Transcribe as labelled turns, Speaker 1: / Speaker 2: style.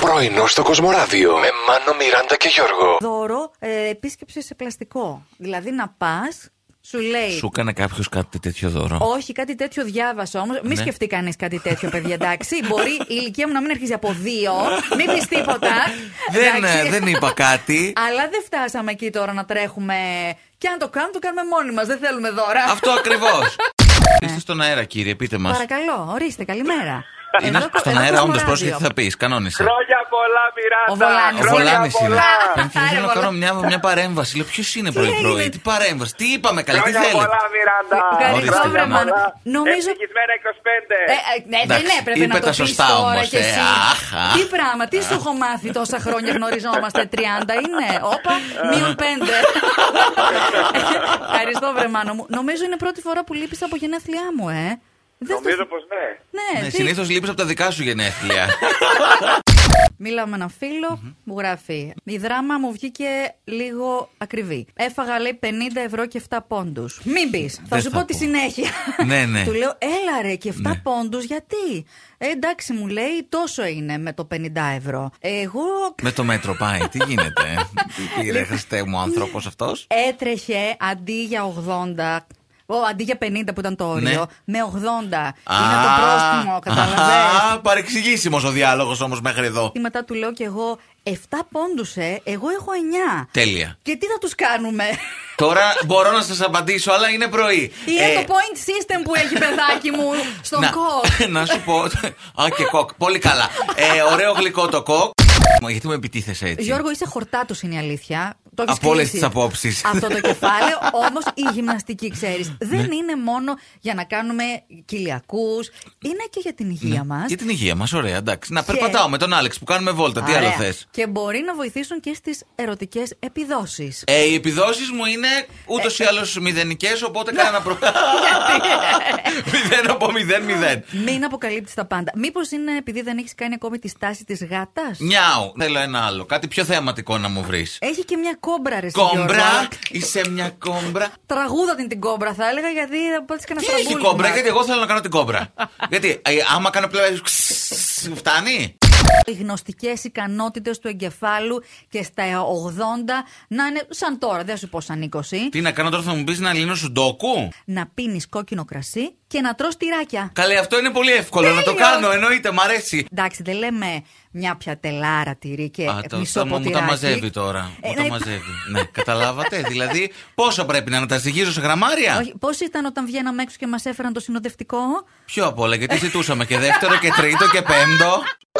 Speaker 1: Πρωινό στο Κοσμοράδιο με Μάνο, Μιράντα και Γιώργο.
Speaker 2: Δώρο ε, επίσκεψη σε πλαστικό. Δηλαδή να πας, σου λέει.
Speaker 3: Σου έκανε κάποιος κάτι τέτοιο δώρο.
Speaker 2: Όχι, κάτι τέτοιο διάβασα όμως. Μην
Speaker 3: Ναι.
Speaker 2: σκεφτεί κανείς κάτι τέτοιο, παιδιά, εντάξει. Μπορεί η ηλικία μου να μην αρχίζει από δύο. Μην πεις τίποτα.
Speaker 3: Δεν,
Speaker 2: εντάξει.
Speaker 3: ε, δεν είπα κάτι.
Speaker 2: Αλλά δεν φτάσαμε εκεί τώρα να τρέχουμε. Και αν το κάνουμε, το κάνουμε μόνοι μας. Δεν θέλουμε δώρα.
Speaker 3: Αυτό ακριβώς. Είστε στον αέρα, κύριε, πείτε μας.
Speaker 2: Παρακαλώ, ορίστε, καλημέρα.
Speaker 3: Είναι
Speaker 2: Εδώ-
Speaker 3: στον
Speaker 2: εδώ
Speaker 3: αέρα,
Speaker 2: Κοσμοράδιο.
Speaker 3: όντω πρόσεχε τι θα πεις. Κανόνισε.
Speaker 4: Χρόνια πολλά, Μιράντα.
Speaker 2: Ο Βολάνης.
Speaker 3: Ο
Speaker 2: Χρόνια
Speaker 3: Βολάνης είναι. Πρέπει
Speaker 2: Άρε,
Speaker 3: θέλω να
Speaker 2: Βολά-
Speaker 3: κάνω μια, μια παρέμβαση. Λέω ποιος είναι πρωί-πρωί.
Speaker 2: έγινε?
Speaker 3: Τι παρέμβαση, τι είπαμε καλέ, τι
Speaker 4: Χρόνια
Speaker 3: θέλετε.
Speaker 4: πολλά, Μιράντα.
Speaker 2: Ευχαριστώ,
Speaker 3: Ορίστε,
Speaker 2: βρε
Speaker 3: καλά.
Speaker 2: Μάνο. Νομίζω.
Speaker 4: Ευτυχισμένα 25.
Speaker 2: Ε, ε, ναι, δεν
Speaker 3: Εντάξει,
Speaker 2: έπρεπε
Speaker 3: είπε
Speaker 2: να το
Speaker 3: τα
Speaker 2: πεις
Speaker 3: σωστά
Speaker 2: τώρα
Speaker 3: όμως,
Speaker 2: κι
Speaker 3: ε,
Speaker 2: εσύ.
Speaker 3: αχ, αχ.
Speaker 2: τι πράγμα, τι σου έχω μάθει τόσα χρόνια γνωριζόμαστε. 30 είναι. Όπα, μείον 5. Ευχαριστώ, βρε Μάνο μου. Νομίζω είναι πρώτη φορά που λείπεις από γενέθλιά μου, ε. Δεν το-
Speaker 4: Νομίζω πως ναι.
Speaker 2: Ναι,
Speaker 3: Ναι,
Speaker 2: τι-
Speaker 3: Συνήθως λείπεις από τα δικά σου γενέθλια.
Speaker 2: Μίλα με έναν φίλο,
Speaker 3: Mm-hmm.
Speaker 2: μου γράφει. Η δράμα μου βγήκε λίγο ακριβή. Έφαγα λέει 50 ευρώ και 7 πόντους. Μην πεις. Θα
Speaker 3: Δεν
Speaker 2: σου
Speaker 3: θα
Speaker 2: πω, τη
Speaker 3: πω.
Speaker 2: συνέχεια.
Speaker 3: Ναι, ναι.
Speaker 2: Του λέω, έλα ρε και 7
Speaker 3: Ναι.
Speaker 2: πόντους, γιατί. Ε, εντάξει, μου λέει, τόσο είναι με το 50 ευρώ. Εγώ
Speaker 3: Με το μέτρο πάει, τι γίνεται. ε? Τι πήρε, Χριστέ μου, ο άνθρωπος αυτός.
Speaker 2: έτρεχε αντί για 80. Ω, αντί για 50 που ήταν το
Speaker 3: Ναι.
Speaker 2: όριο, με 80. Είναι το πρόστιμο, καταλαβαίνεις.
Speaker 3: Παρεξηγήσιμος ο διάλογος όμως μέχρι εδώ.
Speaker 2: Και μετά του λέω κι εγώ, 7 πόντους ε, εγώ έχω 9.
Speaker 3: Τέλεια.
Speaker 2: Και τι θα τους κάνουμε.
Speaker 3: Τώρα μπορώ να σας απαντήσω, αλλά είναι πρωί.
Speaker 2: Είναι
Speaker 3: Ε,
Speaker 2: το point system που έχει παιδάκι μου στον
Speaker 3: να,
Speaker 2: κοκ.
Speaker 3: να σου πω. Α, και κοκ. Πολύ καλά. Ε, ωραίο γλυκό το κοκ. Μα Γιατί με επιτίθεσαι έτσι.
Speaker 2: Γιώργο, είσαι χορτάτος είναι η αλήθεια. Το έχεις
Speaker 3: Από όλες
Speaker 2: κλείσει
Speaker 3: τις απόψεις. Ναι.
Speaker 2: Αυτό το κεφάλαιο, όμως η γυμναστική, ξέρεις, δεν είναι μόνο για να κάνουμε κοιλιακούς, είναι και για την υγεία μας.
Speaker 3: Για την υγεία μας, ωραία, εντάξει. Να
Speaker 2: Και-
Speaker 3: περπατάω με τον Άλεξ που κάνουμε βόλτα. Τι άλλο
Speaker 2: Ωραία.
Speaker 3: θες.
Speaker 2: Και μπορεί να βοηθήσουν και στις ερωτικές επιδόσεις.
Speaker 3: Ε, οι επιδόσεις μου είναι ούτως ή άλλως μηδενικές, οπότε κανένα πρόβλημα. Μηδέν από μηδέν μηδέν.
Speaker 2: Μην αποκαλύπτεις τα πάντα. Μήπως είναι επειδή δεν έχεις κάνει ακόμη τη στάση της γάτας.
Speaker 3: Νιάου. Θέλω ένα άλλο. Κάτι πιο θεαματικό να μου βρεις.
Speaker 2: Έχει και μια κόμπρα ρε Ε, Γιώργο.
Speaker 3: Κόμπρα, είσαι μια κόμπρα.
Speaker 2: Τραγούδα την την κόμπρα θα έλεγα γιατί θα πάθεις κανένα
Speaker 3: Τι έχει
Speaker 2: στραμπούλι
Speaker 3: κόμπρα,
Speaker 2: μας.
Speaker 3: γιατί εγώ θέλω να κάνω την κόμπρα. γιατί ε, άμα κάνω πλέον. Φτάνει.
Speaker 2: Οι γνωστικές ικανότητες του εγκεφάλου και στα 80 να είναι σαν τώρα, δεν σου πω σαν 20.
Speaker 3: Τι να κάνω τώρα, θα μου πεις να λύνω σουντόκου.
Speaker 2: Να πίνεις κόκκινο κρασί και να τρως τυράκια.
Speaker 3: Καλέ, αυτό είναι πολύ εύκολο να το
Speaker 2: Τέλειο.
Speaker 3: κάνω, εννοείται, μ' αρέσει.
Speaker 2: Εντάξει, δεν λέμε μια πιατελάρα τυρί και
Speaker 3: Α, το-
Speaker 2: μισό
Speaker 3: τα- μου τα
Speaker 2: ποτηράκι.
Speaker 3: μαζεύει τώρα.
Speaker 2: Ε,
Speaker 3: Μου
Speaker 2: να
Speaker 3: τα
Speaker 2: υπά-
Speaker 3: μαζεύει. ναι, καταλάβατε. δηλαδή, πόσα πρέπει να, να τα στοιχίζω σε γραμμάρια.
Speaker 2: Όχι, πώς ήταν όταν βγαίναμε έξω και μας έφεραν το συνοδευτικό.
Speaker 3: Πιο απ' όλα, γιατί ζητούσαμε και δεύτερο και τρίτο και πέμπτο.